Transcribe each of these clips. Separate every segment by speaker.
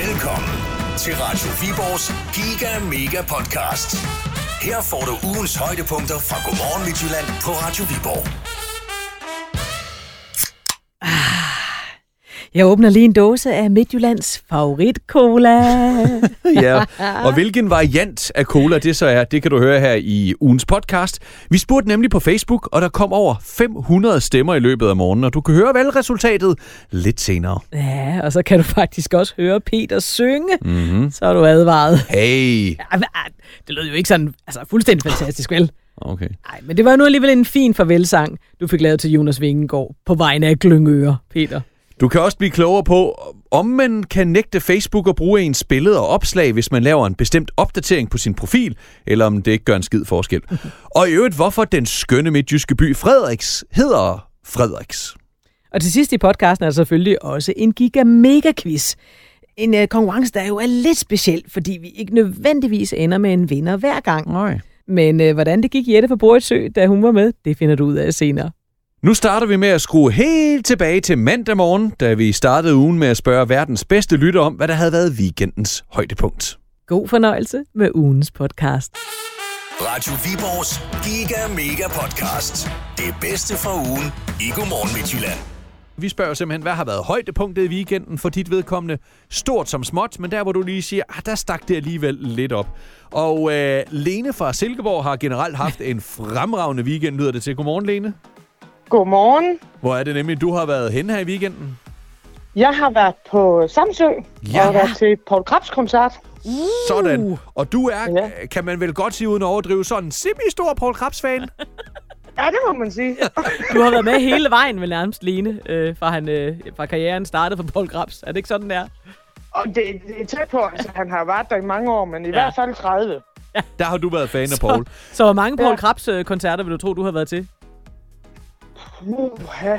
Speaker 1: Velkommen til Radio Viborgs Giga Mega Podcast. Her får du ugens højdepunkter fra Godmorgen Midtjylland på Radio Viborg.
Speaker 2: Jeg åbner lige en dåse af Midtjyllands favoritcola.
Speaker 3: ja. Og hvilken variant af cola det så er, det kan du høre her i ugens podcast. Vi spurgte nemlig på Facebook, og der kom over 500 stemmer i løbet af morgenen, og du kan høre valgresultatet lidt senere.
Speaker 2: ja, og så kan du faktisk også høre Peter synge. Mm-hmm. Så er du advaret.
Speaker 3: Hey!
Speaker 2: Ej, men, ej, Det lød jo ikke sådan altså, fuldstændig fantastisk, vel?
Speaker 3: Okay.
Speaker 2: Nej, men det var nu alligevel en fin farvelsang, du fik lavet til Jonas Vingegaard på vegne af Glyngøre, Peter.
Speaker 3: Du kan også blive klogere på, om man kan nægte Facebook at bruge ens billeder og opslag, hvis man laver en bestemt opdatering på sin profil, eller om det ikke gør en skid forskel. Og i øvrigt, hvorfor den skønne midtjyske by Frederiks hedder Frederiks.
Speaker 2: Og til sidst i podcasten er der selvfølgelig også en giga-mega-quiz. En øh, konkurrence, der jo er lidt speciel, fordi vi ikke nødvendigvis ender med en vinder hver gang.
Speaker 3: Nej.
Speaker 2: Men øh, hvordan det gik Jette på Boretsø, da hun var med, det finder du ud af senere.
Speaker 3: Nu starter vi med at skrue helt tilbage til mandag morgen, da vi startede ugen med at spørge verdens bedste lytter om, hvad der havde været weekendens højdepunkt.
Speaker 2: God fornøjelse med ugens podcast.
Speaker 1: Radio Viborgs Giga Mega Podcast. Det bedste fra ugen i Godmorgen Midtjylland.
Speaker 3: Vi spørger simpelthen, hvad har været højdepunktet i weekenden for dit vedkommende? Stort som småt, men der hvor du lige siger, ah, der stak det alligevel lidt op. Og øh, Lene fra Silkeborg har generelt haft en fremragende weekend, lyder det til. Godmorgen, Lene.
Speaker 4: Godmorgen.
Speaker 3: Hvor er det nemlig, du har været henne her i weekenden?
Speaker 4: Jeg har været på Samsø
Speaker 3: Ja.
Speaker 4: ja. og været til Paul Krabs koncert.
Speaker 3: Sådan. Og du er,
Speaker 4: Ja.
Speaker 3: kan man vel godt sige uden at overdrive, sådan en semi-stor Paul Krabs-fan?
Speaker 4: Ja, det må man sige.
Speaker 2: Du har været med hele vejen med nærmest Lene, øh, fra, han, øh, fra karrieren startede for Paul Grabs. Er det ikke sådan, der?
Speaker 4: Og det, det er tæt på, altså han har været der i mange år, men i ja. hvert fald 30.
Speaker 3: Der har du været fan af Paul.
Speaker 2: Så hvor mange Paul
Speaker 4: Ja.
Speaker 2: Krabs-koncerter vil du tro, du har været til?
Speaker 4: Uha.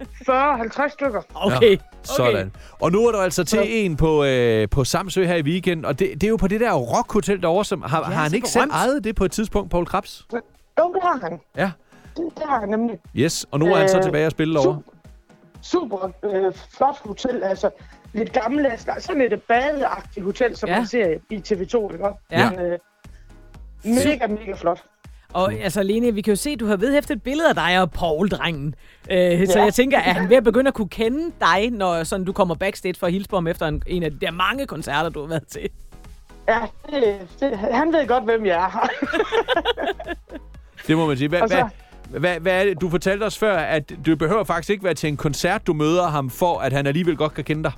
Speaker 4: 40-50 stykker.
Speaker 2: Okay.
Speaker 3: Sådan. Og nu er der altså til en på, øh, på Samsø her i weekenden, og det, det er jo på det der Rock Hotel derovre, som har, ja, har han
Speaker 2: så
Speaker 3: ikke selv
Speaker 2: berømt.
Speaker 3: ejet det på et tidspunkt, Paul Krabs?
Speaker 4: Jo, det har han.
Speaker 3: Ja.
Speaker 4: Det, det har han nemlig.
Speaker 3: Yes, og nu er han så
Speaker 4: Øh,
Speaker 3: tilbage at spille over.
Speaker 4: super, super øh, flot hotel, altså lidt gammeldags, sådan et badeagtigt hotel, som
Speaker 2: Ja.
Speaker 4: ja. man ser i TV2, ikke?
Speaker 2: Ja.
Speaker 4: Men, øh, mega, mega flot.
Speaker 2: Og
Speaker 3: Mm.
Speaker 2: altså, Lene, vi kan jo se, at du har vedhæftet et billede af dig og Paul-drengen. Øh, så
Speaker 4: Ja.
Speaker 2: jeg tænker, at han ved at begynde at kunne kende dig, når sådan, du kommer backstage for at hilse på ham efter en, en af de der mange koncerter, du har været til.
Speaker 4: Ja, det, det, han ved godt, hvem jeg er.
Speaker 3: Det må man sige. Hvad,
Speaker 4: og
Speaker 3: hvad,
Speaker 4: så-
Speaker 3: hvad, hvad er det? Du fortalte os før, at du behøver faktisk ikke være til en koncert, du møder ham for, at han alligevel godt kan kende dig.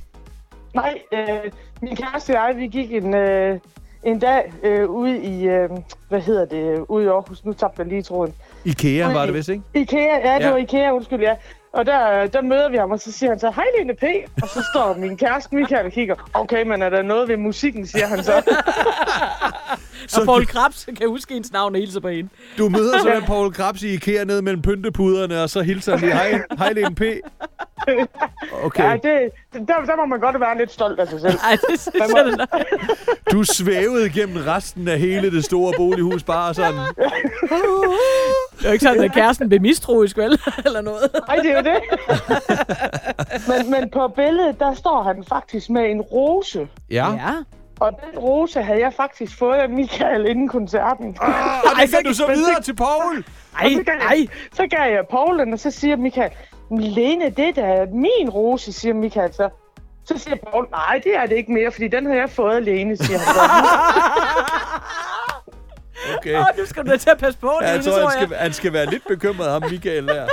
Speaker 4: Nej, øh, min kæreste og jeg, vi gik en, øh, en dag øh, ude i, øh, hvad hedder det, øh, ude i Aarhus. Nu tabte jeg lige tråden.
Speaker 3: Ikea var
Speaker 4: Nej.
Speaker 3: det vist, ikke?
Speaker 4: Ikea, ja, det
Speaker 3: Ja.
Speaker 4: ja. var Ikea, undskyld, ja. Og der, øh, der møder vi ham, og så siger han så, hej Lene P. Og så står min kæreste Michael og kigger, okay, men er der noget ved musikken, siger han så.
Speaker 2: Så og Paul Krabs kan huske ens navn og hilse på hende.
Speaker 3: Du møder sådan Paul Krabs i Ikea ned mellem pyntepuderne, og så hilser han lige, hej, hej Lene P. Okay.
Speaker 4: Ja, det, der, der må man godt være lidt stolt af sig selv.
Speaker 2: Ej, det synes jeg, det er nok.
Speaker 3: Du svævede gennem resten af hele det store bolighus bare sådan.
Speaker 2: Det er jo ikke sådan, at kæresten blev mistroisk, vel? Eller noget.
Speaker 4: Ej, det er jo det. men, men på billedet, der står han faktisk med en rose.
Speaker 3: Ja. ja.
Speaker 2: Ja.
Speaker 4: Og den rose havde jeg faktisk fået af Michael inden koncerten.
Speaker 3: Og det kan du så videre til Paul.
Speaker 2: Ej,
Speaker 4: så gav,
Speaker 2: ej.
Speaker 4: jeg, så gav jeg Paulen, og så siger Michael, Lene, det der er da min rose, siger Michael så. Så siger Paul, nej, det er det ikke mere, fordi den har jeg fået alene, siger han så.
Speaker 3: Okay.
Speaker 2: Åh, nu skal du da til at passe på,
Speaker 3: Ja,
Speaker 2: ja,
Speaker 3: jeg
Speaker 2: Lene,
Speaker 3: tror,
Speaker 2: tror
Speaker 3: han
Speaker 2: jeg.
Speaker 3: skal, han skal være lidt bekymret, ham Michael der.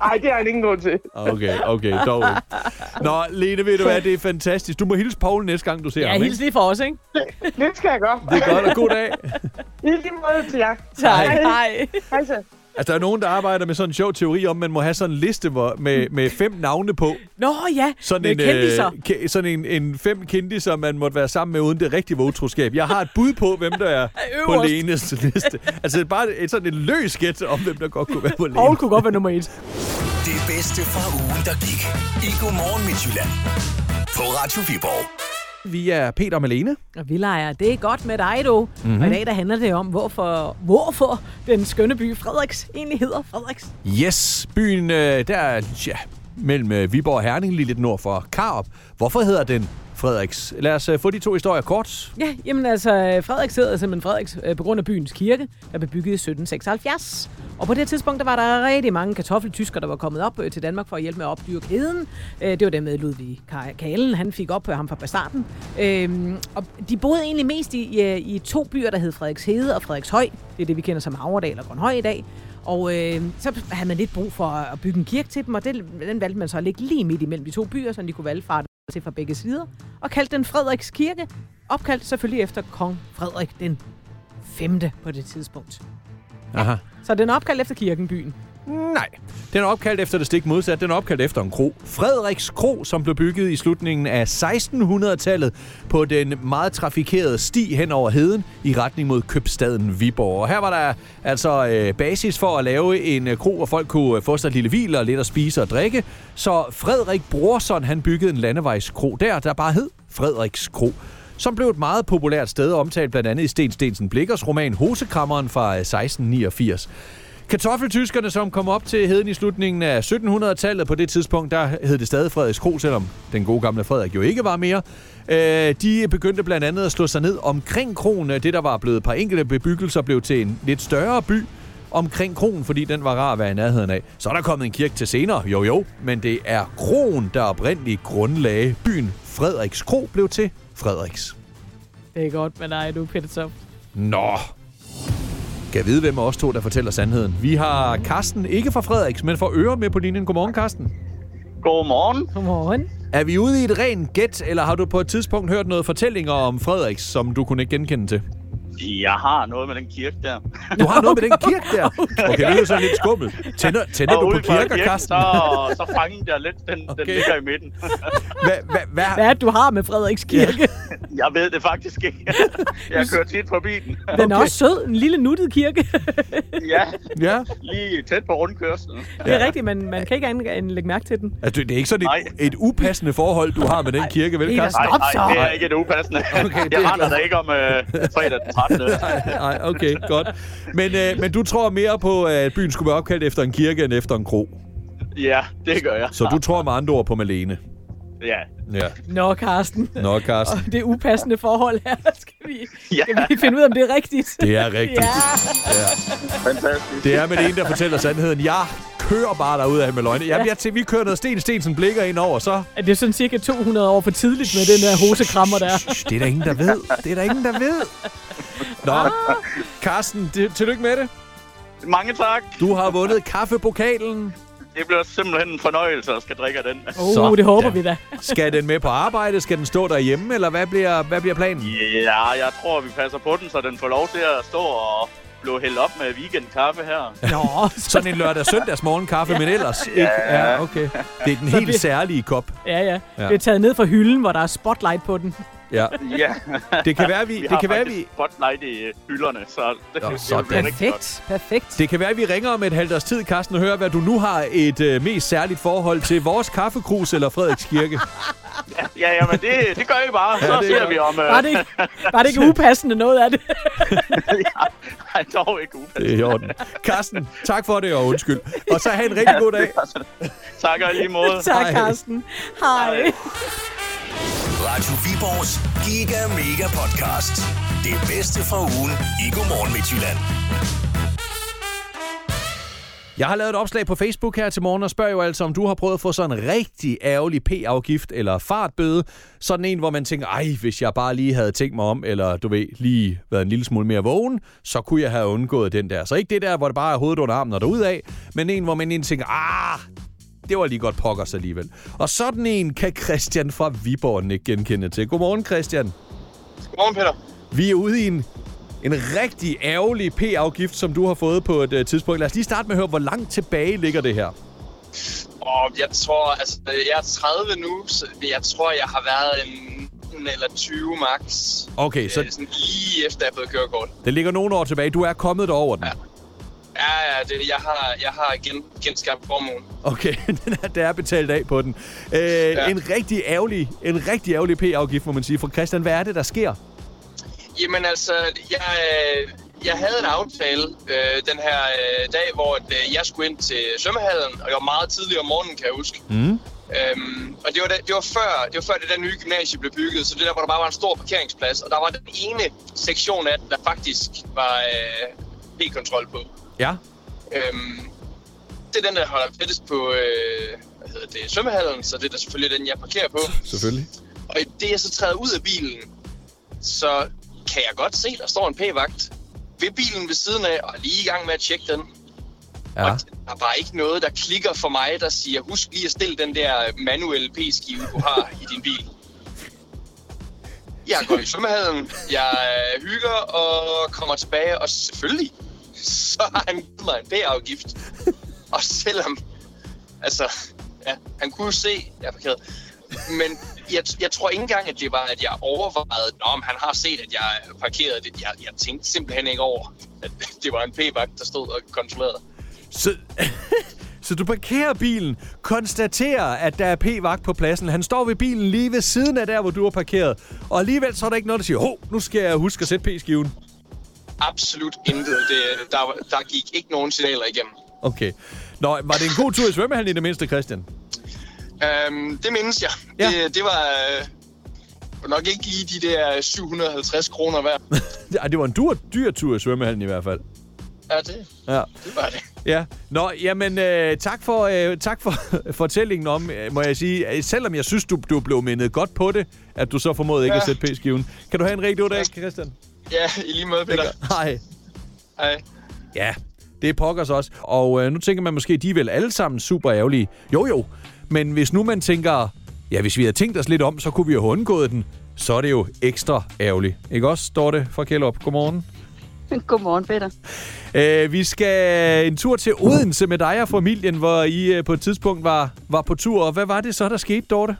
Speaker 4: Nej, det har han ingen grund til.
Speaker 3: Okay, okay, dog ikke. Nå, Lene, ved du hvad, det er fantastisk. Du må hilse Paul næste gang, du ser
Speaker 2: Ja,
Speaker 3: ham,
Speaker 2: hils lige for os, ikke?
Speaker 4: Det skal jeg gøre.
Speaker 3: Det er godt, og god dag.
Speaker 4: I lige måde til jer.
Speaker 2: Tak.
Speaker 3: Hej.
Speaker 2: Hej.
Speaker 4: Hej så.
Speaker 3: Altså, der er nogen, der arbejder med sådan en sjov teori om, man må have sådan en liste hvor, med, med fem navne på.
Speaker 2: Nå ja,
Speaker 3: Sådan
Speaker 2: med
Speaker 3: en,
Speaker 2: kendiser.
Speaker 3: øh, ke- sådan en, en fem kendiser, man måtte være sammen med uden det rigtige votroskab. Jeg har et bud på, hvem der er på
Speaker 2: Øverst.
Speaker 3: Lenes liste. Altså bare et, sådan en løs gæt om, hvem der godt kunne være på Lene.
Speaker 2: Paul kunne godt være nummer et.
Speaker 1: Det bedste fra ugen, der gik i Godmorgen Midtjylland. På Radio Viborg.
Speaker 3: Vi er Peter og Malene.
Speaker 2: Og vi leger, det er godt med dig, du.
Speaker 3: Mhm.
Speaker 2: Mm-hmm. Og i dag, der handler det om, hvorfor, hvorfor den skønne by Frederiks egentlig hedder Frederiks.
Speaker 3: Yes, byen, øh, der er ja, mellem øh, Viborg og Herning, lige lidt nord for Karup. Hvorfor hedder den Frederiks? Lad os øh, få de to historier kort.
Speaker 2: Ja, jamen altså, Frederiks hedder simpelthen Frederiks øh, på grund af byens kirke, der blev bygget i 1776. Og på det tidspunkt, der var der rigtig mange kartoffeltyskere, der var kommet op øh, til Danmark for at hjælpe med at opdyre kæden. Øh, det var det med Ludvig Ka- Kalen, han fik op øh, ham fra Bastarden. Øh, og de boede egentlig mest i, øh, i to byer, der hed Frederikshede og Frederikshøj. Det er det, vi kender som Havredal og Grønhøj i dag. Og øh, så havde man lidt brug for at bygge en kirke til dem, og det, den valgte man så at lægge lige midt imellem de to byer, så de kunne valgfarte til fra begge sider, og kaldte den Frederiks Kirke, opkaldt selvfølgelig efter kong Frederik den 5. på det tidspunkt.
Speaker 3: Aha.
Speaker 2: Så den er opkaldt efter kirkenbyen.
Speaker 3: Nej. Den er opkaldt efter det stik modsat. Den er opkaldt efter en kro. Frederiks Kro, som blev bygget i slutningen af 1600-tallet på den meget trafikerede sti hen over heden i retning mod købstaden Viborg. Og her var der altså øh, basis for at lave en øh, kro, hvor folk kunne øh, få sig et lille hvil og lidt at spise og drikke. Så Frederik Brorson, han byggede en landevejskro der, der bare hed Frederiks Kro som blev et meget populært sted omtalt blandt andet i Sten Stensen Blikkers roman Hosekrammeren fra øh, 1689. Kartoffeltyskerne, som kom op til heden i slutningen af 1700-tallet, på det tidspunkt, der hed det stadig Frederiks Kro, selvom den gode gamle Frederik jo ikke var mere. Øh, de begyndte blandt andet at slå sig ned omkring kronen. Det, der var blevet et par enkelte bebyggelser, blev til en lidt større by omkring kronen, fordi den var rar at være i nærheden af. Så er der kommet en kirke til senere, jo jo, men det er kronen, der oprindeligt grundlagde byen. Frederiks Kro blev til Frederiks.
Speaker 2: Det er godt med dig nu, Peter Tom.
Speaker 3: Nå. Kan vide, hvem af os to, der fortæller sandheden. Vi har Karsten, ikke fra Frederiks, men fra Øre med på linjen. Godmorgen, Karsten.
Speaker 5: Godmorgen.
Speaker 2: Godmorgen.
Speaker 3: Er vi ude i et rent gæt, eller har du på et tidspunkt hørt noget fortællinger om Frederiks, som du kunne genkende til?
Speaker 5: Jeg har noget med den kirke der.
Speaker 3: Du har noget med den kirke der. Okay, det er jo sådan lidt skummelt. Tænder, tænder du
Speaker 5: ude
Speaker 3: på
Speaker 5: fra
Speaker 3: kirker,
Speaker 5: kirken,
Speaker 3: Karsten?
Speaker 5: Så, så fangede jeg lidt, den, okay. den
Speaker 3: Okay.
Speaker 5: ligger i midten.
Speaker 3: Hvad, hvad,
Speaker 2: Hvad
Speaker 3: hvad?
Speaker 2: er det, du har med Frederiks Kirke? Ja,
Speaker 5: Jeg ved det faktisk ikke. Jeg kører tit forbi den.
Speaker 2: Den er også sød, en lille nuttet kirke.
Speaker 5: Ja,
Speaker 3: Ja.
Speaker 5: lige tæt på rundkørslen.
Speaker 2: det er rigtigt, men man kan ikke andet end lægge mærke til den.
Speaker 3: Altså, det det er ikke sådan
Speaker 5: Nej.
Speaker 3: et, et upassende forhold, du har med den kirke, vel,
Speaker 2: Peter,
Speaker 3: Karsten?
Speaker 5: Nej,
Speaker 2: Stop så.
Speaker 5: nej, det er ikke et upassende. Okay,
Speaker 3: det er
Speaker 5: jeg render da ikke om øh, fredag den 13.
Speaker 3: Nej, okay, godt. Men, øh, men du tror mere på, at byen skulle være opkaldt efter en kirke end efter en kro.
Speaker 5: Ja, det gør jeg.
Speaker 3: Så du tror med andre ord på Malene.
Speaker 5: Ja.
Speaker 3: Ja.
Speaker 2: Nå, Karsten.
Speaker 3: Nå, Karsten.
Speaker 2: Og det upassende forhold her, skal vi,
Speaker 5: Ja.
Speaker 2: skal vi finde ud af, om det er rigtigt.
Speaker 3: Det er rigtigt.
Speaker 2: Ja.
Speaker 5: Fantastisk.
Speaker 3: Det er med det ene, der fortæller sandheden. Jeg kører bare derud af med løgne. Jamen, jeg til, vi kører noget sten, stensen blikker ind over, så...
Speaker 2: Er det sådan cirka 200 år for tidligt med den der hosekrammer der?
Speaker 3: Shh, det er der ingen, der ved. Det er der ingen, der ved. Nå, Carsten, t- tillykke med det.
Speaker 5: Mange tak.
Speaker 3: Du har vundet kaffebokalen.
Speaker 5: Det bliver simpelthen en fornøjelse at skal drikke af den.
Speaker 2: Åh, oh, det håber vi da.
Speaker 3: Skal den med på arbejde? Skal den stå derhjemme? Eller hvad bliver, hvad bliver planen?
Speaker 5: Ja, jeg tror, vi passer på den, så den får lov til at stå og blive hældt op med weekendkaffe her.
Speaker 2: Nå, så,
Speaker 3: Sådan en lørdag søndags morgenkaffe, men ellers ikke. Ja, okay. Det er den helt
Speaker 2: bliver-
Speaker 3: særlige kop.
Speaker 2: ja, ja.
Speaker 3: Ja.
Speaker 2: Det er taget ned fra hylden, hvor der er spotlight på den.
Speaker 3: Ja.
Speaker 5: Ja,
Speaker 3: Det kan være, vi,
Speaker 5: vi
Speaker 3: det
Speaker 5: har
Speaker 3: kan være,
Speaker 5: faktisk
Speaker 3: vi,
Speaker 5: spotlight i øh, hylderne, så det,
Speaker 3: Nå,
Speaker 5: det
Speaker 3: sådan.
Speaker 5: bliver rigtig godt.
Speaker 2: perfekt.
Speaker 3: det kan være, vi ringer om et halvt års tid, Carsten, og hører, hvad du nu har et øh, mest særligt forhold til. Vores kaffekrus eller Frederiks Kirke.
Speaker 5: Ja, ja, men det, det gør I bare. Så
Speaker 3: det
Speaker 5: ser
Speaker 3: gør
Speaker 5: vi om... Øh,
Speaker 2: Var det, ikke, var det ikke upassende noget af det?
Speaker 5: Nej, dog ikke upassende.
Speaker 3: Det er i orden. Carsten, tak for det, og undskyld. Og så have en rigtig god dag.
Speaker 5: Tak og i lige måde.
Speaker 2: Tak,
Speaker 3: Hej.
Speaker 2: Carsten. Hej.
Speaker 1: Radio Viborgs Giga Mega Podcast. Det bedste fra ugen i Godmorgen Midtjylland.
Speaker 3: Jeg har lavet et opslag på Facebook her til morgen og spørger jo altså, om du har prøvet at få sådan en rigtig ærgerlig p-afgift eller fartbøde. Sådan en, hvor man tænker, ej, hvis jeg bare lige havde tænkt mig om, eller du ved, lige været en lille smule mere vågen, så kunne jeg have undgået den der. Så ikke det der, hvor det bare er hovedet under armen og derudad, men en, hvor man egentlig tænker, ah, det var lige godt pokkers alligevel. Og sådan en kan Christian fra Viborg ikke genkende til. Godmorgen, Christian.
Speaker 5: Godmorgen, Peter.
Speaker 3: Vi er ude i en, en rigtig ærgerlig p-afgift, som du har fået på et øh, tidspunkt. Lad os lige starte med at høre, hvor langt tilbage ligger det her.
Speaker 6: Og jeg tror, altså, jeg er 30 nu, så jeg tror, jeg har været en 19 eller 20 max.
Speaker 3: Okay,
Speaker 6: Så...
Speaker 3: så
Speaker 6: Sådan lige efter, jeg er blevet kørekort.
Speaker 3: det ligger nogle år tilbage. Du er kommet derover den.
Speaker 6: Ja, ja, det, jeg har, jeg har gen, genskabt formuen.
Speaker 3: Okay, den er, der er betalt af på den. Øh, ja. En rigtig ærgerlig, en rigtig ærgerlig p-afgift, må man sige. For Christian, hvad er det, der sker?
Speaker 6: Jamen altså, jeg, øh, jeg havde en aftale øh, den her øh, dag, hvor at, øh, jeg skulle ind til svømmehallen, og jeg var meget tidlig om morgenen, kan jeg huske.
Speaker 3: Mm.
Speaker 6: Øhm, og det var, da, det, var før, det var før det der nye gymnasie blev bygget, så det der, hvor der bare var en stor parkeringsplads, og der var den ene sektion af den, der faktisk var øh, B-kontrol på.
Speaker 3: Ja.
Speaker 6: Øhm, det er den, der holder tættest på øh, hvad hedder det, svømmehallen, så det er da selvfølgelig den, jeg parkerer på.
Speaker 3: Selvfølgelig.
Speaker 6: Og i det, jeg så træder ud af bilen, så kan jeg godt se, der står en p-vagt ved bilen ved siden af, og er lige i gang med at tjekke den. Ja.
Speaker 3: Ja.
Speaker 6: Og der er bare ikke noget, der klikker for mig, der siger, husk lige at stille den der manuelle p-skive, du har i din bil. Jeg går i svømmehallen, jeg øh, hygger og kommer tilbage, og selvfølgelig, så har han givet mig en p-afgift. Og selvom, altså, ja, han kunne jo se, jeg er parkeret. Men jeg, jeg tror ikke engang, at det var, at jeg overvejede, om han har set, at jeg parkerede det. Jeg, jeg tænkte simpelthen ikke over, at det var en p-vagt, der stod og kontrollerede.
Speaker 3: Så, så du parkerer bilen, konstaterer, at der er p-vagt på pladsen. Han står ved bilen lige ved siden af der, hvor du har parkeret. Og alligevel så er der ikke noget, der siger, hov, nu skal jeg huske at sætte p-skiven.
Speaker 6: Absolut intet. Det, der, var- der gik ikke nogen signaler igennem.
Speaker 3: Okay. Nå, var det en god tur i svømmehallen i det mindste, Christian?
Speaker 6: Øhm, det mindes jeg.
Speaker 3: Ja.
Speaker 6: Det, det var øh, nok ikke lige de der 750 kroner værd.
Speaker 3: Ej, det var en dyr, dyr tur i svømmehallen i hvert fald.
Speaker 6: Ja, det,
Speaker 3: Ja.
Speaker 6: det var det.
Speaker 3: Ja, nå, jamen øh, tak for, øh, tak for fortællingen om, øh, må jeg sige, øh, selvom jeg synes, du, du blev mindet godt på det, at du så formåede ikke ja.
Speaker 6: Ja.
Speaker 3: at sætte p-skiven. Kan du have en rigtig god dag, Christian?
Speaker 6: Ja, i lige måde, Peter.
Speaker 3: Hej.
Speaker 6: Hej.
Speaker 3: Ja, det er pokkers også. Og øh, nu tænker man måske, de er vel alle sammen super ærgerlige. Jo jo, men hvis nu man tænker, ja, hvis vi havde tænkt os lidt om, så kunne vi jo have undgået den, så er det jo ekstra ærgerligt. Ikke også, står det fra Kjellop? Godmorgen.
Speaker 7: Godmorgen, Peter.
Speaker 3: Øh, vi skal en tur til Odense med dig og familien, hvor I øh, på et tidspunkt var, var på tur. Og hvad var det så, der skete, Dorte?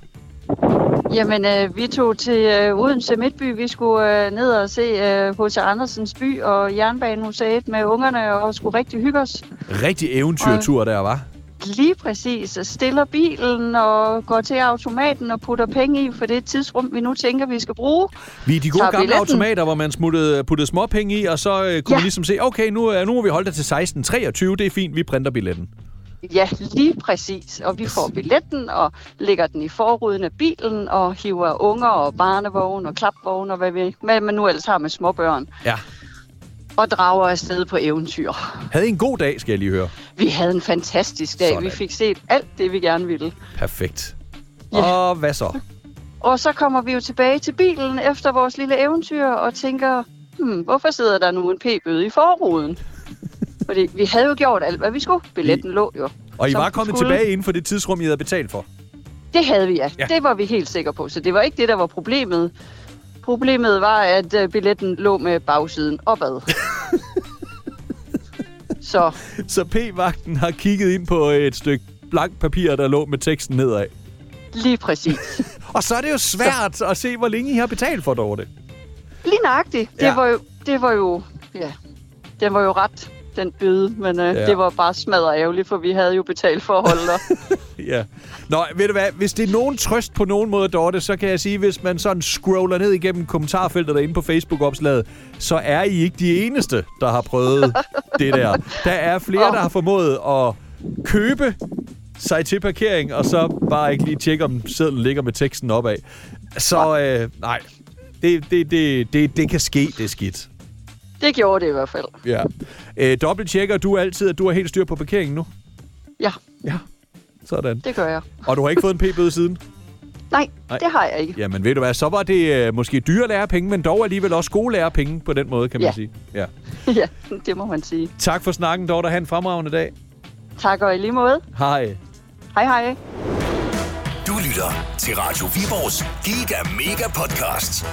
Speaker 7: Jamen, øh, vi tog til øh, Odense Midtby. Vi skulle øh, ned og se øh, H.C. Andersens by og Jernbanemuseet med ungerne og skulle rigtig hygge os.
Speaker 3: Rigtig eventyrtur der, var.
Speaker 7: Lige præcis. Stiller bilen og går til automaten og putter penge i for det tidsrum, vi nu tænker, vi skal bruge.
Speaker 3: Vi er de gode
Speaker 7: Tager
Speaker 3: gamle
Speaker 7: billetten.
Speaker 3: automater, hvor man smuttede, puttede småpenge i, og så øh, kunne ja.
Speaker 7: Ja.
Speaker 3: man ligesom se, okay, nu, øh, nu må vi holde det til 16.23, det er fint, vi printer billetten.
Speaker 7: Ja, lige præcis. Og vi får billetten og lægger den i forruden af bilen og hiver unger og barnevogn og klapvogn og hvad, vi, hvad man nu ellers har med småbørn.
Speaker 3: Ja.
Speaker 7: Og drager afsted på eventyr.
Speaker 3: Havde I en god dag, skal jeg lige høre.
Speaker 7: Vi havde en fantastisk dag.
Speaker 3: Sådan.
Speaker 7: Sådan. Vi fik set alt det, vi gerne ville.
Speaker 3: Perfekt.
Speaker 7: Ja.
Speaker 3: Og hvad så?
Speaker 7: Og så kommer vi jo tilbage til bilen efter vores lille eventyr og tænker, hmm, hvorfor sidder der nu en p-bøde i forruden? Fordi vi havde jo gjort alt, hvad vi skulle. Billetten lå jo.
Speaker 3: Og I
Speaker 7: som
Speaker 3: var
Speaker 7: den
Speaker 3: kommet
Speaker 7: skulle.
Speaker 3: tilbage inden for det tidsrum, I havde betalt for.
Speaker 7: Det havde vi, ja.
Speaker 3: Ja.
Speaker 7: ja. Det var vi helt sikre på, så det var ikke det, der var problemet. Problemet var, at øh, billetten lå med bagsiden opad. så
Speaker 3: Så P-vagten har kigget ind på et stykke blank papir, der lå med teksten nedad.
Speaker 7: lige præcis.
Speaker 3: Og så er det jo svært at se, hvor længe I har betalt for, Dorte.
Speaker 7: Lige nøjagtigt. Det
Speaker 3: Ja.
Speaker 7: var jo, det var jo, ja, den var jo ret, den bøde, men øh,
Speaker 3: Ja.
Speaker 7: ja. det var bare smadret ærgerligt, for vi havde jo betalt for at holde der.
Speaker 3: Ja. Nå, ved du hvad? Hvis det er nogen trøst på nogen måde, Dorte, så kan jeg sige, hvis man sådan scroller ned igennem kommentarfeltet derinde på Facebook-opslaget, så er I ikke de eneste, der har prøvet det der. Der er flere, der har formået at købe sig til parkering, og så bare ikke lige tjekke, om sædlen ligger med teksten opad. Så øh, nej, det, det, det, det, det kan ske, det er skidt.
Speaker 7: Det gjorde det i hvert fald.
Speaker 3: Ja. Øh, dobbelt tjekker du altid, at du har helt styr på parkeringen nu?
Speaker 7: Ja,
Speaker 3: Ja. Sådan.
Speaker 7: det gør jeg.
Speaker 3: Og du har ikke fået en p-bøde siden?
Speaker 7: Nej,
Speaker 3: Nej.
Speaker 7: Nej. det har jeg ikke.
Speaker 3: Jamen ved du hvad, så var det øh, måske dyre lærepenge, men dog alligevel også gode lærepenge på den måde, kan man
Speaker 7: Ja.
Speaker 3: sige. Ja.
Speaker 7: ja, det må man sige.
Speaker 3: Tak for snakken, Dorte. Ha' en fremragende dag.
Speaker 7: Tak og i lige måde.
Speaker 3: Hej.
Speaker 7: Hej hej.
Speaker 1: Du lytter til Radio Viborgs Giga Mega Podcast.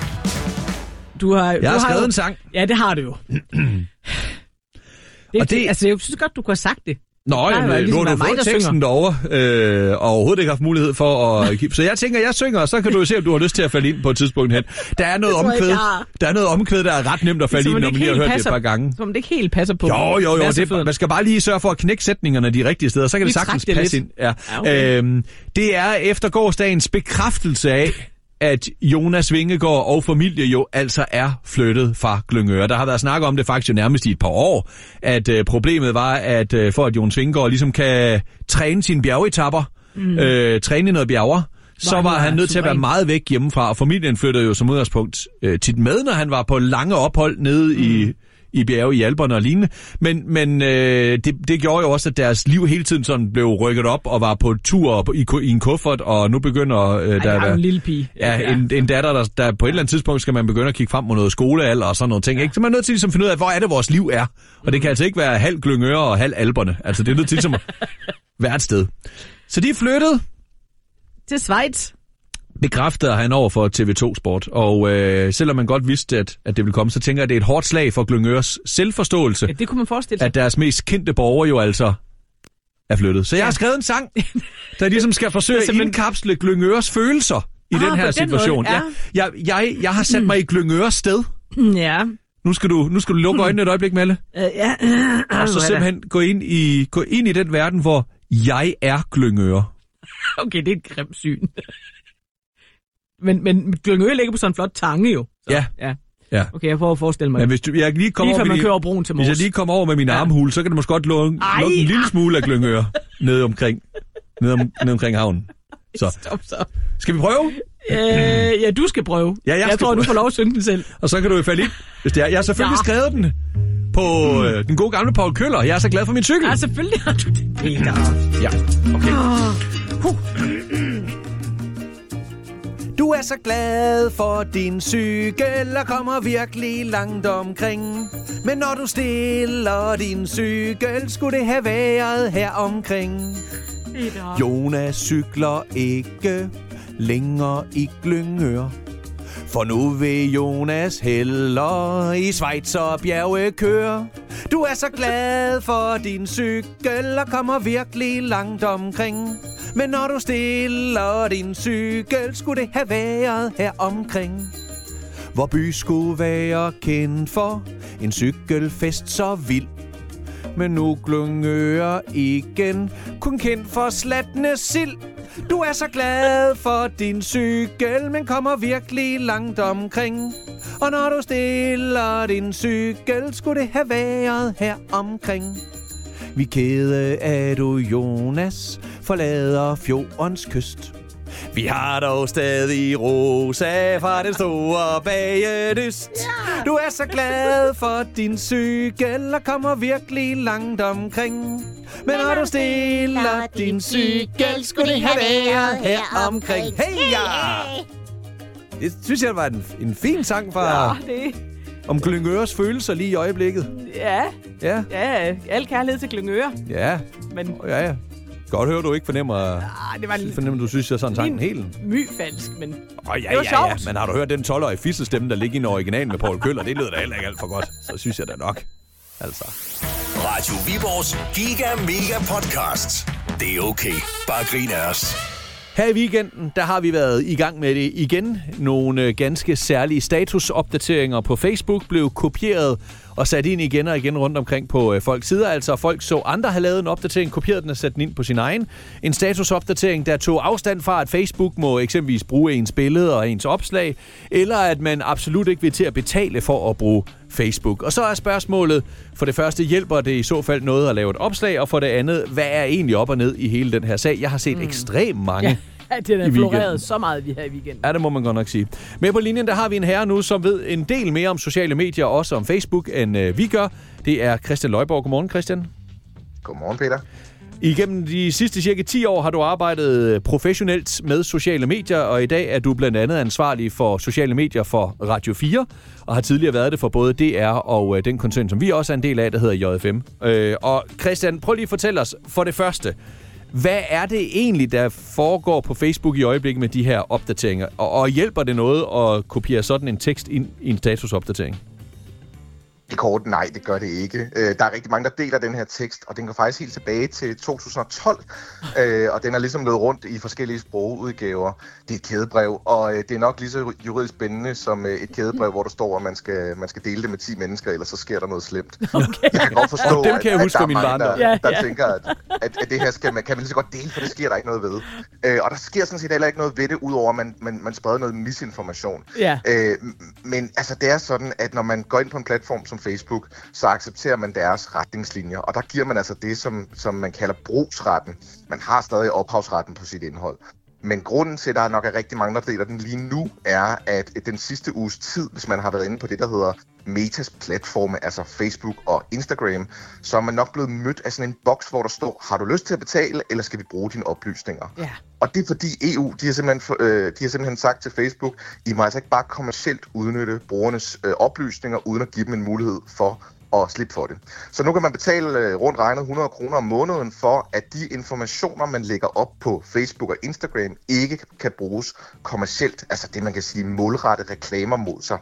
Speaker 2: Du har, du
Speaker 3: Jeg har skrevet
Speaker 2: jo,
Speaker 3: en sang.
Speaker 2: Ja, det har du jo. det,
Speaker 3: Og
Speaker 2: og
Speaker 3: det-
Speaker 2: det, altså, jeg synes godt, du kunne have sagt det.
Speaker 3: Nå,
Speaker 2: plejer
Speaker 3: jamen,
Speaker 2: jo
Speaker 3: ligesom
Speaker 2: ligesom
Speaker 3: nu har
Speaker 2: at
Speaker 3: du
Speaker 2: være
Speaker 3: fået
Speaker 2: mig, der
Speaker 3: teksten derovre, øh, og overhovedet ikke haft mulighed for at give. Så jeg tænker, jeg synger, og så kan du jo se, om du har lyst til at falde ind på et tidspunkt hen. Der er noget
Speaker 2: Det tror jeg
Speaker 3: omkvæd,
Speaker 2: ikke, jeg har.
Speaker 3: der er noget omkvæd, der er ret nemt at falde
Speaker 2: Som
Speaker 3: ind,
Speaker 2: om
Speaker 3: når
Speaker 2: det
Speaker 3: man lige har
Speaker 2: ikke
Speaker 3: hørt
Speaker 2: helt
Speaker 3: det et par
Speaker 2: passer-
Speaker 3: gange.
Speaker 2: Som om det ikke helt passer på.
Speaker 3: Jo, jo, jo. Det,
Speaker 2: Massefødderne.
Speaker 3: man skal bare lige sørge for at knække sætningerne de rigtige steder, så kan det
Speaker 2: Lige
Speaker 3: sagtens
Speaker 2: trække det
Speaker 3: passe
Speaker 2: lidt.
Speaker 3: ind. Ja.
Speaker 2: Ja, okay.
Speaker 3: øhm, det er efter gårsdagens bekræftelse af, at Jonas Vingegaard og familie jo altså er flyttet fra Glyngøre. Der har været snak om det faktisk jo nærmest i et par år, at øh, problemet var, at øh, for at Jonas Vingegaard ligesom kan træne sine bjergetapper, mm. øh, træne i noget bjerger, så
Speaker 2: han
Speaker 3: var han
Speaker 2: var
Speaker 3: nødt til at være
Speaker 2: suveræn.
Speaker 3: meget væk hjemmefra, og familien flyttede jo som udgangspunkt øh, tit med, når han var på lange ophold nede mm. i i bjerge i Alperne og lignende. Men, men øh, det, det gjorde jo også, at deres liv hele tiden sådan blev rykket op og var på tur og på, i, ku- i en kuffert, og nu begynder øh, der
Speaker 2: Ej, jeg
Speaker 3: at
Speaker 2: er jo
Speaker 3: være...
Speaker 2: en lille pige.
Speaker 3: Ja, en, en datter, der, der på et eller andet tidspunkt skal man begynde at kigge frem mod noget skolealder og sådan noget ting. Ikke? Så man er nødt til ligesom at finde ud af, hvor er det, vores liv er. Og det kan altså ikke være halv Glyngøre og halv Alberne. Altså, det er nødt til ligesom at være et sted. Så de er flyttet,
Speaker 2: Til Schweiz.
Speaker 3: bekræftede han over for TV2 Sport. Og øh, selvom man godt vidste, at, at det ville komme, så tænker jeg, at det er et hårdt slag for Glyngøres selvforståelse,
Speaker 2: Ja, det kunne man forestille sig.
Speaker 3: at deres mest kendte borger jo altså er flyttet. Så jeg har skrevet en sang, der ligesom skal forsøge at indkapsle Glyngøres følelser i
Speaker 2: Ah,
Speaker 3: den
Speaker 2: på
Speaker 3: her
Speaker 2: den
Speaker 3: situation.
Speaker 2: måde, ja.
Speaker 3: ja. jeg, jeg, jeg har sat mig i Glyngøres sted.
Speaker 2: Ja.
Speaker 3: Nu skal du, nu skal du lukke øjnene et øjeblik, Malle.
Speaker 2: Øh, ja.
Speaker 3: Og så simpelthen gå ind i, gå ind i den verden, hvor jeg er Glyngøre.
Speaker 2: Okay, det er et grimt syn. men, men Glyngø ligger på sådan en flot tange jo. Så,
Speaker 3: Ja.
Speaker 2: ja.
Speaker 3: Ja.
Speaker 2: Okay, jeg prøver at forestille mig.
Speaker 3: Men
Speaker 2: det.
Speaker 3: hvis du, jeg lige kommer
Speaker 2: Lige før
Speaker 3: over
Speaker 2: man
Speaker 3: med
Speaker 2: kører over broen til
Speaker 3: Hvis jeg
Speaker 2: Mors.
Speaker 3: lige kommer over med min ja.
Speaker 2: Ja.
Speaker 3: armhule, så kan det måske godt lukke,
Speaker 2: Ej.
Speaker 3: lukke en lille smule af Glyngøre nede omkring, nede, om, nede omkring havnen. Så
Speaker 2: Stop så.
Speaker 3: skal vi prøve?
Speaker 2: Øh, ja, du skal prøve.
Speaker 3: Ja, jeg
Speaker 2: jeg
Speaker 3: skal
Speaker 2: tror, du
Speaker 3: prøve. Ah,
Speaker 2: får lov at synge den selv.
Speaker 3: Og så kan du jo falde i, hvis det er. Jeg har selvfølgelig ja.
Speaker 2: Ja.
Speaker 3: skrevet den på øh, den gode gamle Paul Køller. Jeg er så glad for min cykel.
Speaker 2: Ja, Ah, selvfølgelig har du det, Peter.
Speaker 3: Ja, okay. Du er så glad for din cykel og kommer virkelig langt omkring. Men når du stiller din cykel, skulle det have været her omkring.
Speaker 2: Peter.
Speaker 3: Jonas cykler ikke længere i Glyngør. For nu vil Jonas heller i Schweiz og bjerge køre. Du er så glad for din cykel og kommer virkelig langt omkring. Men når du stiller din cykel, skulle det have været her omkring. Hvor by skulle være kendt for en cykelfest så vild. Men nu Glyngøre igen Kun kendt for slatne sild Du er så glad for din cykel Men kommer virkelig langt omkring Og når du stiller din cykel Skulle det have været her omkring Vi er kede af du Jonas Forlader fjordens kyst vi har dog stadig Rosa fra den store bagedyst. Du er så glad for din cykel og kommer virkelig langt omkring. Men når du stiller din cykel, skulle det have været her omkring. Hey ja! Det synes jeg var en, en fin sang fra ja.
Speaker 2: det,
Speaker 3: om Glyngøres følelser lige i øjeblikket.
Speaker 2: ja,
Speaker 3: Ja,
Speaker 2: ja, al kærlighed til Glyngøre.
Speaker 3: ja,
Speaker 2: Men
Speaker 3: ja, ja. Godt høre, du ikke fornemmer,
Speaker 2: ah, det var en
Speaker 3: fornemmer du synes, jeg sådan sang en hel.
Speaker 2: myfalsk, men
Speaker 3: Åh, ja,
Speaker 2: Det var
Speaker 3: ja, ja.
Speaker 2: sjovt.
Speaker 3: Men har du hørt den 12-årige fissestemme, der ligger i en original med Paul Køller? Det lyder da heller ikke alt for godt. Så synes jeg da nok. Altså.
Speaker 1: Radio Viborgs Giga Mega Podcast. Det er okay. Bare grin af os.
Speaker 3: Her i weekenden, der har vi været i gang med det igen. Nogle øh, ganske særlige statusopdateringer på Facebook blev kopieret og sat ind igen og igen rundt omkring på øh, folks sider. Altså folk så andre have lavet en opdatering, kopieret den og sat den ind på sin egen. En statusopdatering, der tog afstand fra, at Facebook må eksempelvis bruge ens billede og ens opslag, eller at man absolut ikke vil til at betale for at bruge Facebook. Og så er spørgsmålet, for det første hjælper det i så fald noget at lave et opslag, og for det andet, hvad er egentlig op og ned i hele den her sag? Jeg har set mm. ekstremt mange
Speaker 2: ja, det
Speaker 3: I
Speaker 2: er
Speaker 3: weekenden.
Speaker 2: floreret så meget vi her i weekenden.
Speaker 3: Ja, det må man godt nok sige. Med på linjen, der har vi en herre nu, som ved en del mere om sociale medier, også om Facebook, end øh, vi gør. Det er Christian Løjborg. Godmorgen, Christian.
Speaker 8: Godmorgen, Peter.
Speaker 3: Igennem de sidste cirka 10 år har du arbejdet øh, professionelt med sociale medier, og i dag er du blandt andet ansvarlig for sociale medier for Radio 4, og har tidligere været det for både DR og øh, den koncern, som vi også er en del af, der hedder JFM. Øh, og Christian, prøv lige at fortælle os for det første, hvad er det egentlig, der foregår på Facebook i øjeblikket med de her opdateringer? Og, og hjælper det noget at kopiere sådan en tekst ind i en statusopdatering?
Speaker 8: i korten, nej, det gør det ikke. Øh, der er rigtig mange, der deler den her tekst, og den går faktisk helt tilbage til 2012, øh, og den er ligesom nået rundt i forskellige sprogudgaver. Det er et kædebrev, og øh, det er nok lige så juridisk spændende som øh, et kædebrev, hvor der står, at man skal, man skal dele det med 10 mennesker, ellers så sker der noget slemt. Okay. Jeg kan godt forstå,
Speaker 3: Og dem kan jeg
Speaker 8: at,
Speaker 3: huske fra
Speaker 8: at
Speaker 3: min
Speaker 8: der er mange, der,
Speaker 3: barndom.
Speaker 2: Ja,
Speaker 8: der, der
Speaker 2: ja.
Speaker 8: tænker, at, at, at det her skal man, kan man lige så godt dele, for det sker der ikke noget ved. Øh, og der sker sådan set heller ikke noget ved det, udover at man, man, man spreder noget misinformation.
Speaker 2: Ja.
Speaker 8: Øh, m- men altså, det er sådan, at når man går ind på en platform som Facebook, så accepterer man deres retningslinjer, og der giver man altså det, som, som man kalder brugsretten. Man har stadig ophavsretten på sit indhold. Men grunden til, at der nok er rigtig mange, der deler den lige nu, er, at den sidste uges tid, hvis man har været inde på det, der hedder Metas platforme, altså Facebook og Instagram, så er man nok blevet mødt af sådan en boks, hvor der står, har du lyst til at betale, eller skal vi bruge dine oplysninger?
Speaker 2: Ja.
Speaker 8: Og det er fordi EU, de har simpelthen, for- øh, de har simpelthen sagt til Facebook, I må altså ikke bare kommercielt udnytte brugernes øh, oplysninger, uden at give dem en mulighed for at slippe for det. Så nu kan man betale øh, rundt regnet 100 kroner om måneden for, at de informationer, man lægger op på Facebook og Instagram, ikke kan bruges kommercielt, altså det, man kan sige målrettet reklamer mod sig.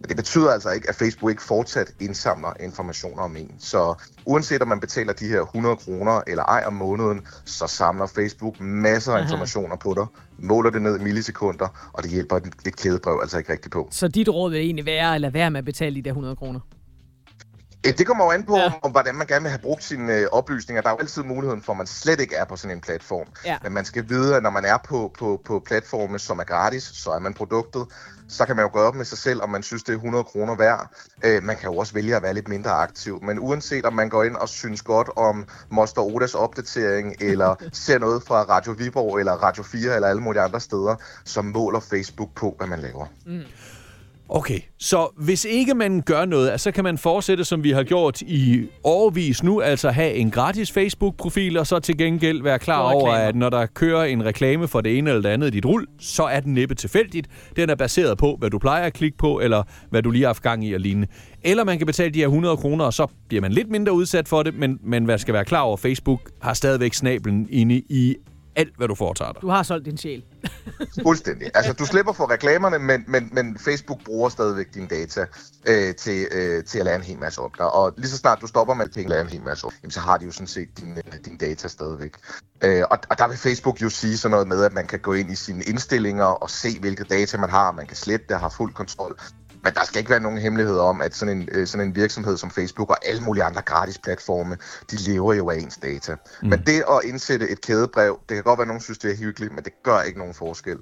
Speaker 8: Men det betyder altså ikke, at Facebook ikke fortsat indsamler informationer om en. Så uanset om man betaler de her 100 kroner eller ej om måneden, så samler Facebook masser af informationer på dig, måler det ned i millisekunder, og det hjælper et, et kædebrev altså ikke rigtigt på.
Speaker 2: Så dit råd vil egentlig være at lade være med at betale de der 100 kroner.
Speaker 8: Ja, Det kommer jo an på,
Speaker 2: Ja.
Speaker 8: ja. om, hvordan man gerne vil have brugt sine øh, oplysninger. Der er jo altid muligheden for, at man slet ikke er på sådan en platform.
Speaker 2: Ja.
Speaker 8: Men man skal vide, at når man er på, på, på platforme, som er gratis, så er man produktet. Så kan man jo gøre op med sig selv, om man synes, det er 100 kroner værd. Øh, man kan jo også vælge at være lidt mindre aktiv. Men uanset om man går ind og synes godt om Moster Odas opdatering, eller ser noget fra Radio Viborg, eller Radio 4, eller alle mulige andre steder, så måler Facebook på, hvad man laver.
Speaker 3: Okay, så hvis ikke man gør noget, så kan man fortsætte, som vi har gjort i årvis nu, altså have en gratis Facebook-profil, og så til gengæld være klar
Speaker 2: Og
Speaker 3: over,
Speaker 2: reklamer.
Speaker 3: at når der kører en reklame for det ene eller det andet i dit rul, så er den næppe tilfældigt. Den er baseret på, hvad du plejer at klikke på, eller hvad du lige har haft gang i at ligne. Eller man kan betale de her 100 kroner, og så bliver man lidt mindre udsat for det, men, men man skal være klar over, at Facebook har stadigvæk snablen inde i alt, hvad du foretager dig.
Speaker 2: Du har solgt din sjæl.
Speaker 8: Fuldstændig. Altså, du slipper for reklamerne, men, men, men Facebook bruger stadigvæk dine data øh, til, øh, til at lade en hel masse om dig. Og lige så snart du stopper med at tænke, lade en hel masse om dig, jamen, så har de jo sådan set dine din data stadigvæk. Øh, og, og der vil Facebook jo sige sådan noget med, at man kan gå ind i sine indstillinger og se, hvilke data man har, man kan slette det, har fuld kontrol. Men der skal ikke være nogen hemmelighed om, at sådan en, øh, sådan en virksomhed som Facebook og alle mulige andre gratis platforme, de lever jo af ens data. Mm. Men det at indsætte et kædebrev, det kan godt være, at nogen synes, det er hyggeligt, men det gør ikke nogen forskel.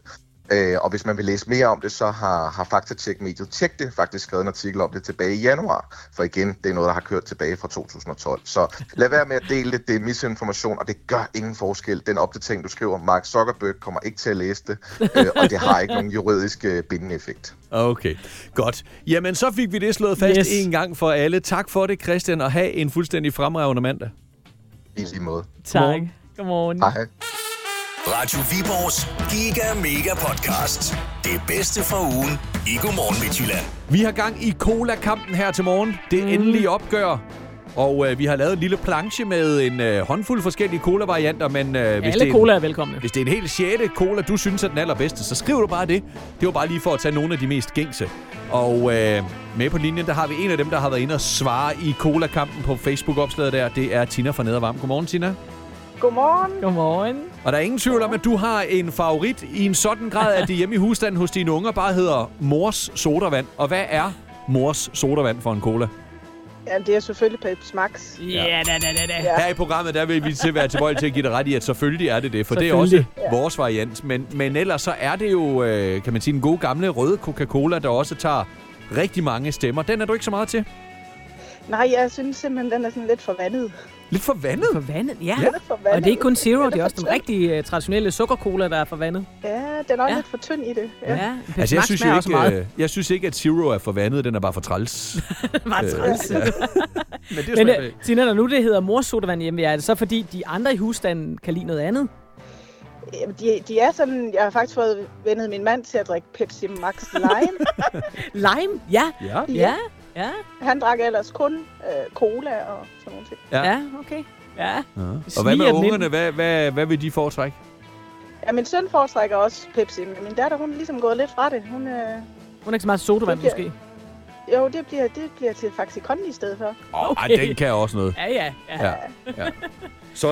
Speaker 8: Øh, og hvis man vil læse mere om det, så har, har Faktatjek-mediet Tjek det faktisk skrevet en artikel om det tilbage i januar. For igen, det er noget, der har kørt tilbage fra 2012. Så lad være med at dele det. Det er misinformation, og det gør ingen forskel. Den opdatering, du skriver, Mark Zuckerberg kommer ikke til at læse det, øh, og det har ikke nogen juridisk øh, bindende effekt.
Speaker 3: Okay, godt. Jamen, så fik vi det slået fast
Speaker 2: Yes.
Speaker 3: yes. en gang for alle. Tak for det, Christian, og have en fuldstændig fremragende mandag.
Speaker 8: I lige måde.
Speaker 2: Tak. Godmorgen.
Speaker 8: Hej.
Speaker 1: Radio Viborgs Giga Mega Podcast. Det bedste fra ugen i Godmorgen Midtjylland.
Speaker 3: Vi har gang i Cola-kampen her til morgen.
Speaker 2: Mhm.
Speaker 3: Det er mm. endelig opgør. Og øh, vi har lavet en lille planche med en øh, håndfuld forskellige cola-varianter, men øh, hvis, det
Speaker 2: Alle
Speaker 3: er
Speaker 2: cola
Speaker 3: en,
Speaker 2: er velkomne.
Speaker 3: hvis det er en helt sjette cola, du synes er den allerbedste, så skriv du bare det. Det var bare lige for at tage nogle af de mest gængse. Og øh, med på linjen, der har vi en af dem, der har været inde og svare i Cola-kampen på Facebook-opslaget der. Det er Tina fra Nedervarm. Godmorgen, Tina.
Speaker 4: Godmorgen.
Speaker 2: Godmorgen.
Speaker 3: Og der er ingen tvivl om, at du har en favorit i en sådan grad, at det hjemme i husstanden hos dine unger bare hedder mors sodavand. Og hvad er mors sodavand for en cola?
Speaker 9: Jamen, det er selvfølgelig Peps Max.
Speaker 2: Ja, da, da, da, da.
Speaker 9: Ja.
Speaker 3: Her i programmet, der vil vi til være tilbøjelige til at give dig ret i, at selvfølgelig er det det, for det er også
Speaker 2: Selvfølgelig.
Speaker 3: vores variant. Men, men ellers så er det jo, øh, kan man sige, den gode gamle røde Coca-Cola, der også tager rigtig mange stemmer. Den er du ikke så meget til.
Speaker 9: Nej, jeg synes simpelthen, den er sådan lidt for vandet.
Speaker 3: Lidt for vandet.
Speaker 2: For vandet, ja.
Speaker 9: Den er for vandet.
Speaker 2: Og det er ikke kun Zero, det er også
Speaker 9: for
Speaker 2: den rigtige øh, traditionelle sukkercola, der er for vandet.
Speaker 9: tynd. Ja, den er også
Speaker 2: Ja.
Speaker 9: lidt for tynd i det. Ja.
Speaker 2: Ja,
Speaker 3: Altså, jeg
Speaker 2: Max
Speaker 3: synes,
Speaker 2: smager
Speaker 3: jo
Speaker 2: også
Speaker 3: ikke,
Speaker 2: meget.
Speaker 3: øh, jeg synes ikke, at Zero er for vandet. Den er bare for træls. øh,
Speaker 2: Meget træls.
Speaker 3: ja. Men det
Speaker 2: Men
Speaker 3: smager ikke.
Speaker 2: øh, Tina, når nu det hedder morsodavand hjemme, er det så fordi de andre i husstanden kan lide noget andet?
Speaker 9: Jamen, De, de er sådan, jeg har faktisk fået vendet min mand til at drikke Pepsi Max Lime.
Speaker 2: Lime? Ja.
Speaker 3: Ja.
Speaker 2: Ja. Ja.
Speaker 9: Han drak ellers kun øh, cola og sådan noget.
Speaker 3: Ja.
Speaker 2: Ja, okay. Ja.
Speaker 3: Og hvad med
Speaker 2: Sniger den ind.
Speaker 3: ungerne? Hvad, hvad, hvad vil de foretrække?
Speaker 9: Ja, min søn foretrækker også Pepsi, men min datter, hun er ligesom gået lidt fra det. Hun, øh,
Speaker 2: Hun er ikke så meget sodavand,
Speaker 9: Det kan-
Speaker 2: måske.
Speaker 9: Jo, det bliver, det bliver til Faxi Kondi i stedet for.
Speaker 3: Åh, okay.
Speaker 2: Okay.
Speaker 3: ej, den kan også noget.
Speaker 2: Ja, ja. ja.
Speaker 3: Ja, ja. Sådan.
Speaker 2: Så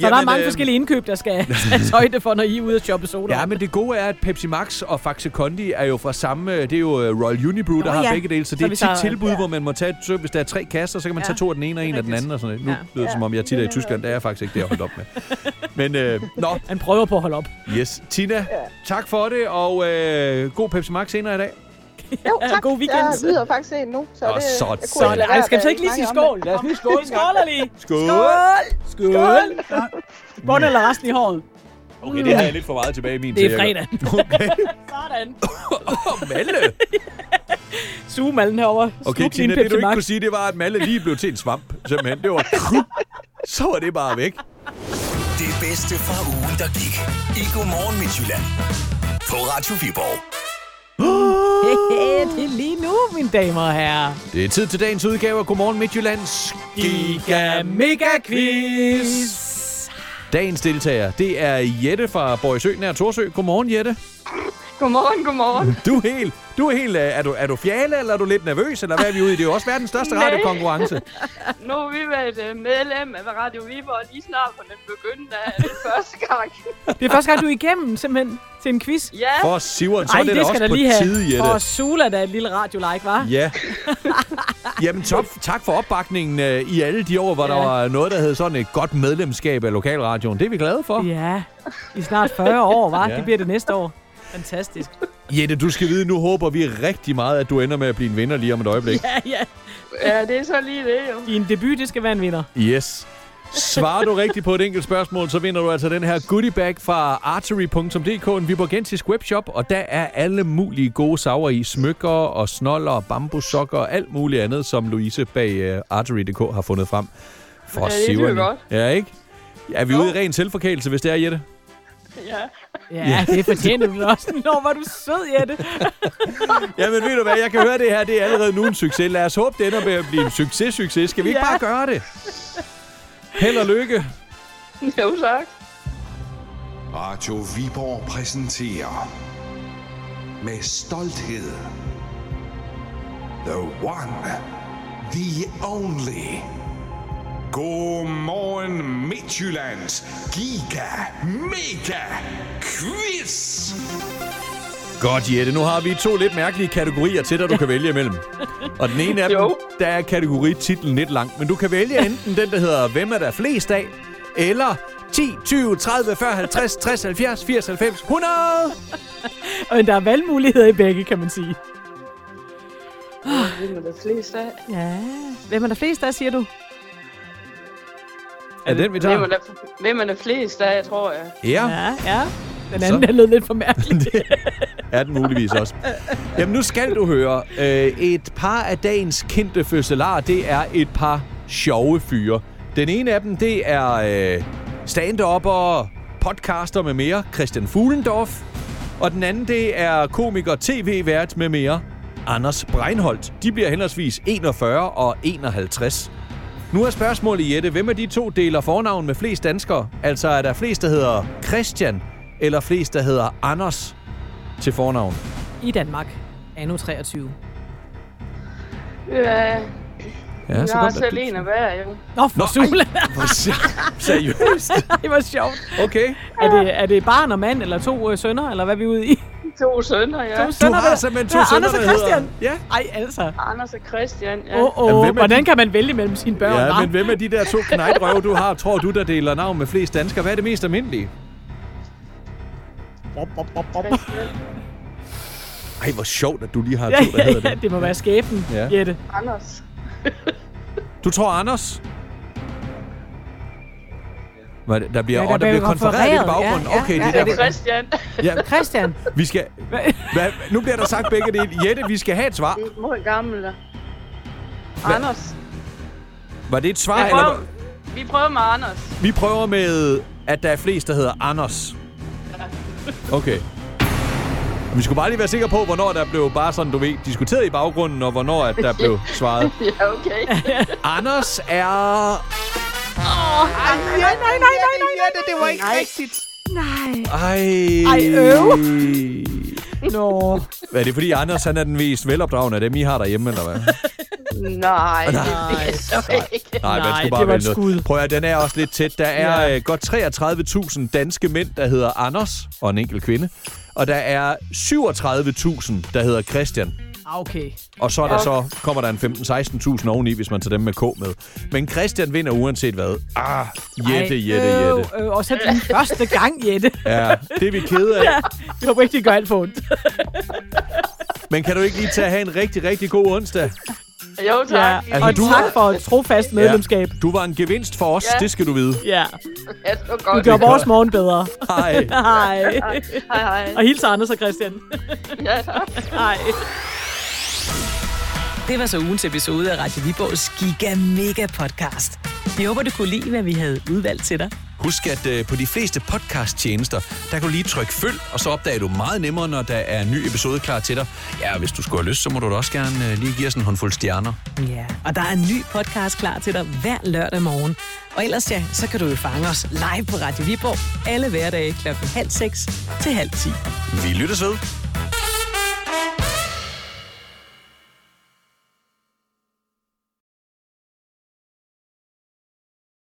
Speaker 2: Jamen, der er mange
Speaker 3: øh,
Speaker 2: forskellige indkøb, der skal tages højde for, når I er ude og shoppe soda.
Speaker 3: Ja, men det gode er, at Pepsi Max og Faxe Kondi er jo fra samme... øh, Det er jo øh, Royal Unibrew, der
Speaker 2: Nå,
Speaker 3: har
Speaker 2: ja.
Speaker 3: begge dele, så,
Speaker 2: Så
Speaker 3: det er
Speaker 2: hvis
Speaker 3: tit
Speaker 2: der-
Speaker 3: tilbud, hvor man må tage... et tø- Hvis der er tre kasser, så kan man
Speaker 2: Ja.
Speaker 3: tage to af den ene og en af den
Speaker 2: rigtigt.
Speaker 3: anden og sådan noget. Nu
Speaker 2: Ja.
Speaker 3: lyder det, som om jeg tit er i Tyskland. Det er jeg faktisk ikke, det er jeg holdt op med. Men øh, nå,
Speaker 2: Han prøver på at holde op.
Speaker 3: yes. Tina, tak for det, og øh, god Pepsi Max senere i dag.
Speaker 9: Jo,
Speaker 2: Ja,
Speaker 9: tak.
Speaker 2: god weekend.
Speaker 9: Jeg lyder faktisk en nu, så
Speaker 3: Nå,
Speaker 9: det...
Speaker 3: sådan.
Speaker 9: jeg kunne
Speaker 3: Sådan.
Speaker 9: ikke lade
Speaker 2: Ej,
Speaker 9: være
Speaker 2: skal vi så
Speaker 9: med
Speaker 2: ikke lige sige
Speaker 9: at snakke
Speaker 2: skål?
Speaker 9: om det.
Speaker 2: Lad os lige skåle. Skåler lige.
Speaker 3: Skål!
Speaker 2: Skål! Skål! Bund eller resten i håret?
Speaker 3: Okay, det har jeg lidt for meget tilbage i min
Speaker 2: Det er
Speaker 3: til, jeg-
Speaker 2: fredag.
Speaker 3: Okay,
Speaker 2: Sådan.
Speaker 3: Åh, Malle.
Speaker 2: Suge mallen herovre.
Speaker 3: Okay,
Speaker 2: Sluk
Speaker 3: Tina,
Speaker 2: din
Speaker 3: det
Speaker 2: Pepsi
Speaker 3: du ikke
Speaker 2: Max.
Speaker 3: kunne sige, det var, at Malle lige blev til en svamp. Simpelthen, det var... Så var det bare væk.
Speaker 1: Det bedste fra ugen, der gik. I Godmorgen Midtjylland. På Radio Viborg.
Speaker 2: det er lige nu, mine damer og herrer.
Speaker 3: Det er tid til dagens udgave af Godmorgen Midtjyllands Giga Mega Quiz. Dagens deltager, det er Jette fra Borgsø nær Torsø. Godmorgen, Jette.
Speaker 7: Godmorgen, godmorgen.
Speaker 3: Du er helt, du er helt, øh, er du, er du fjale, eller er du lidt nervøs, eller hvad er vi ude i? Det er jo også verdens største
Speaker 7: Nej.
Speaker 3: radiokonkurrence.
Speaker 7: Nu har vi været øh, medlem af Radio Viborg lige snart fra den begyndte af den første gang.
Speaker 2: Det er første gang, du er igennem simpelthen til en quiz.
Speaker 7: Ja,
Speaker 3: For Siveren, så
Speaker 2: Ej,
Speaker 3: er
Speaker 2: det,
Speaker 3: det, da
Speaker 2: skal
Speaker 3: også
Speaker 2: der
Speaker 3: på
Speaker 2: lige have.
Speaker 3: tide, Jette.
Speaker 2: For Sula, der er et lille radio-like, var.
Speaker 3: Ja. Jamen, top, tak for opbakningen øh, i alle de år, hvor ja.
Speaker 2: Ja.
Speaker 3: der var noget, der hed sådan et godt medlemskab af Lokalradioen. Det er vi glade for.
Speaker 2: Ja, i snart 40 år, var.
Speaker 3: Ja.
Speaker 2: Det bliver det næste år. Fantastisk.
Speaker 3: Jette, du skal vide, nu håber vi rigtig meget, at du ender med at blive en vinder lige om et øjeblik.
Speaker 2: Ja, ja.
Speaker 7: ja, det er så lige det jo.
Speaker 2: Din debut, det skal være en vinder.
Speaker 3: Yes. Svarer du rigtigt på et enkelt spørgsmål, så vinder du altså den her goodie bag fra artery.dk, en viborgensisk webshop, og der er alle mulige gode saver i smykker og snoller og bambussokker og alt muligt andet, som Louise bag uh, artery.dk har fundet frem. For
Speaker 7: Ja, det lyder
Speaker 3: siverne.
Speaker 7: godt.
Speaker 3: Ja, ikke? Er vi ude i ren selvforkælelse, hvis det er, Jette?
Speaker 7: Ja.
Speaker 2: Ja, yeah. det fortjener du da også. Nå, var du sød, Jette.
Speaker 3: Jamen ved du hvad, jeg kan høre det her, det er allerede nu en succes. Lad os håbe, det ender med at blive en succes-succes. Skal vi ikke
Speaker 2: Ja.
Speaker 3: bare gøre det? Held og lykke.
Speaker 7: Jo, tak.
Speaker 10: Radio Viborg præsenterer med stolthed The One, The Only. Godmorgen Midtjyllands Giga Mega Quiz.
Speaker 3: Godt, Jette. Nu har vi to lidt mærkelige kategorier til dig, du kan vælge imellem. Og den ene af dem,
Speaker 7: Jo.
Speaker 3: der er kategorititlen lidt lang. Men du kan vælge enten den, der hedder Hvem er der flest af? Eller 10, 20, 30, 40, 50, 60, 70, 80, 90, 100!
Speaker 2: Og der er valgmuligheder i begge, kan man sige.
Speaker 7: Det er der flest af.
Speaker 2: Ja. Hvem er der flest af, siger du?
Speaker 3: Er den, vi
Speaker 7: Hvem er
Speaker 3: tager?
Speaker 7: der, hvem er der flest af, tror jeg?
Speaker 3: Ja,
Speaker 2: Ja, ja. Den anden,
Speaker 3: Så.
Speaker 2: der lød lidt for mærkelig.
Speaker 3: er den muligvis også. Jamen, nu skal du høre. Øh, et par af dagens kendte fødselarer, det er et par sjove fyre. Den ene af dem, det er øh, stand-upper, podcaster med mere, Christian Fuglendorf. Og den anden, det er komiker, tv-vært med mere, Anders Breinholt. De bliver henholdsvis 41 og 51. Nu er spørgsmålet, Jette, hvem af de to deler fornavn med flest danskere? Altså, er der flest, der hedder Christian, eller flest, der hedder Anders til fornavn?
Speaker 2: I Danmark. Anno 23.
Speaker 7: Ja,
Speaker 3: Ja,
Speaker 7: jeg har selv en af hver, jo.
Speaker 2: Nå, for Nå, Sula.
Speaker 3: Seriøst?
Speaker 2: det var sjovt.
Speaker 3: Okay.
Speaker 2: Er det, er det barn og mand, eller to øh, sønner, eller hvad er vi ude i?
Speaker 7: To sønner, ja.
Speaker 2: To sønner, der- Ja, Anders og Christian.
Speaker 3: Ja.
Speaker 2: Ej, altså.
Speaker 7: Anders og Christian, ja.
Speaker 2: Åh, oh,
Speaker 3: Jamen,
Speaker 2: oh,
Speaker 3: hvem er
Speaker 2: hvordan
Speaker 3: de-
Speaker 2: kan man vælge mellem sine børn?
Speaker 3: Ja,
Speaker 2: hva'?
Speaker 3: men hvem af de der to knejtrøve, du har, tror du, der deler navn med flest danskere? Hvad er det mest almindelige? Ej, hvor sjovt, at du lige har
Speaker 2: ja,
Speaker 3: to, der
Speaker 2: ja, ja,
Speaker 3: hedder det.
Speaker 2: det må være skæbnen,
Speaker 3: Ja.
Speaker 2: ja. Jette.
Speaker 7: Anders.
Speaker 3: Du tror Anders? Hvad, der bliver,
Speaker 2: Ja,
Speaker 3: ja,
Speaker 2: der
Speaker 3: der,
Speaker 2: bliver
Speaker 3: åh, der bliver konfereret lidt i
Speaker 2: konfereret, ja,
Speaker 3: baggrunden.
Speaker 2: ja,
Speaker 3: okay,
Speaker 2: ja.
Speaker 3: det er derfor.
Speaker 7: Christian.
Speaker 3: Ja,
Speaker 2: Christian.
Speaker 3: vi skal... Hvad, nu bliver der sagt begge dele. Jette, vi skal have et svar.
Speaker 7: Hvor gammel er Anders.
Speaker 3: Var det et svar,
Speaker 7: Vi
Speaker 3: eller...
Speaker 7: prøver, vi prøver med Anders.
Speaker 3: Vi prøver med, at der er flest, der hedder Anders. Okay. Og vi skulle bare lige være sikre på, hvornår der blev bare sådan, du ved, diskuteret i baggrunden, og hvornår at der blev svaret.
Speaker 7: Ja, okay.
Speaker 3: Anders er...
Speaker 2: Nej, nej, nej, nej, nej.
Speaker 3: det var ikke rigtigt. Nej. Ej.
Speaker 2: Ej, øv. Nå.
Speaker 3: Hvad er det, fordi Anders han er den mest velopdragende af dem, I har derhjemme, eller hvad?
Speaker 7: Nej, det
Speaker 2: Nej,
Speaker 7: er jeg så ikke.
Speaker 3: Nej, man
Speaker 2: Nej,
Speaker 3: skulle bare
Speaker 2: det var et
Speaker 3: vælge noget.
Speaker 2: skud.
Speaker 3: Prøv at høre, den er også lidt tæt. Der er
Speaker 2: Ja.
Speaker 3: ja. godt 33.000 danske mænd, der hedder Anders, og en enkelt kvinde. Og der er 37.000, der hedder Christian.
Speaker 2: Ah, Okay.
Speaker 3: Og så, er der så kommer der en 15-16.000 oveni, hvis man tager dem med K med. Men Christian vinder uanset hvad. Ah, Jette,
Speaker 2: Ej, øh,
Speaker 3: Jette,
Speaker 2: øv,
Speaker 3: Jette.
Speaker 2: øv, og så den første gang, Jette.
Speaker 3: Ja, det er vi kede af.
Speaker 2: Jeg håber ikke, det gør alt for ondt.
Speaker 3: Men kan du ikke lige tage at have en rigtig, rigtig god onsdag?
Speaker 7: Jo, tak.
Speaker 2: Ja. Og
Speaker 3: Altså, du-
Speaker 2: tak for et trofast medlemskab.
Speaker 3: Du var en gevinst for os,
Speaker 7: Ja.
Speaker 3: det skal du vide.
Speaker 2: Ja.
Speaker 7: Ja, det var
Speaker 2: Du
Speaker 7: godt.
Speaker 2: gjorde vores morgen bedre.
Speaker 3: Hej.
Speaker 2: Hej.
Speaker 7: Hej, hej.
Speaker 2: Og hils Anders og Christian.
Speaker 7: Ja, tak.
Speaker 2: Hej. Det var så ugens episode af Radio Viborgs Giga Mega Podcast. Vi håber, du kunne lide, hvad vi havde udvalgt til dig.
Speaker 3: Husk, at øh, på de fleste podcasttjenester, der kan du lige trykke følg, og så opdager du meget nemmere, når der er en ny episode klar til dig. Ja, og hvis du skulle have lyst, så må du da også gerne øh, lige give os en håndfuld stjerner.
Speaker 2: Ja, og der er en ny podcast klar til dig hver lørdag morgen. Og ellers ja, så kan du jo fange os live på Radio Viborg alle hverdage kl. halv seks til halv ti.
Speaker 3: Vi lyttes ved.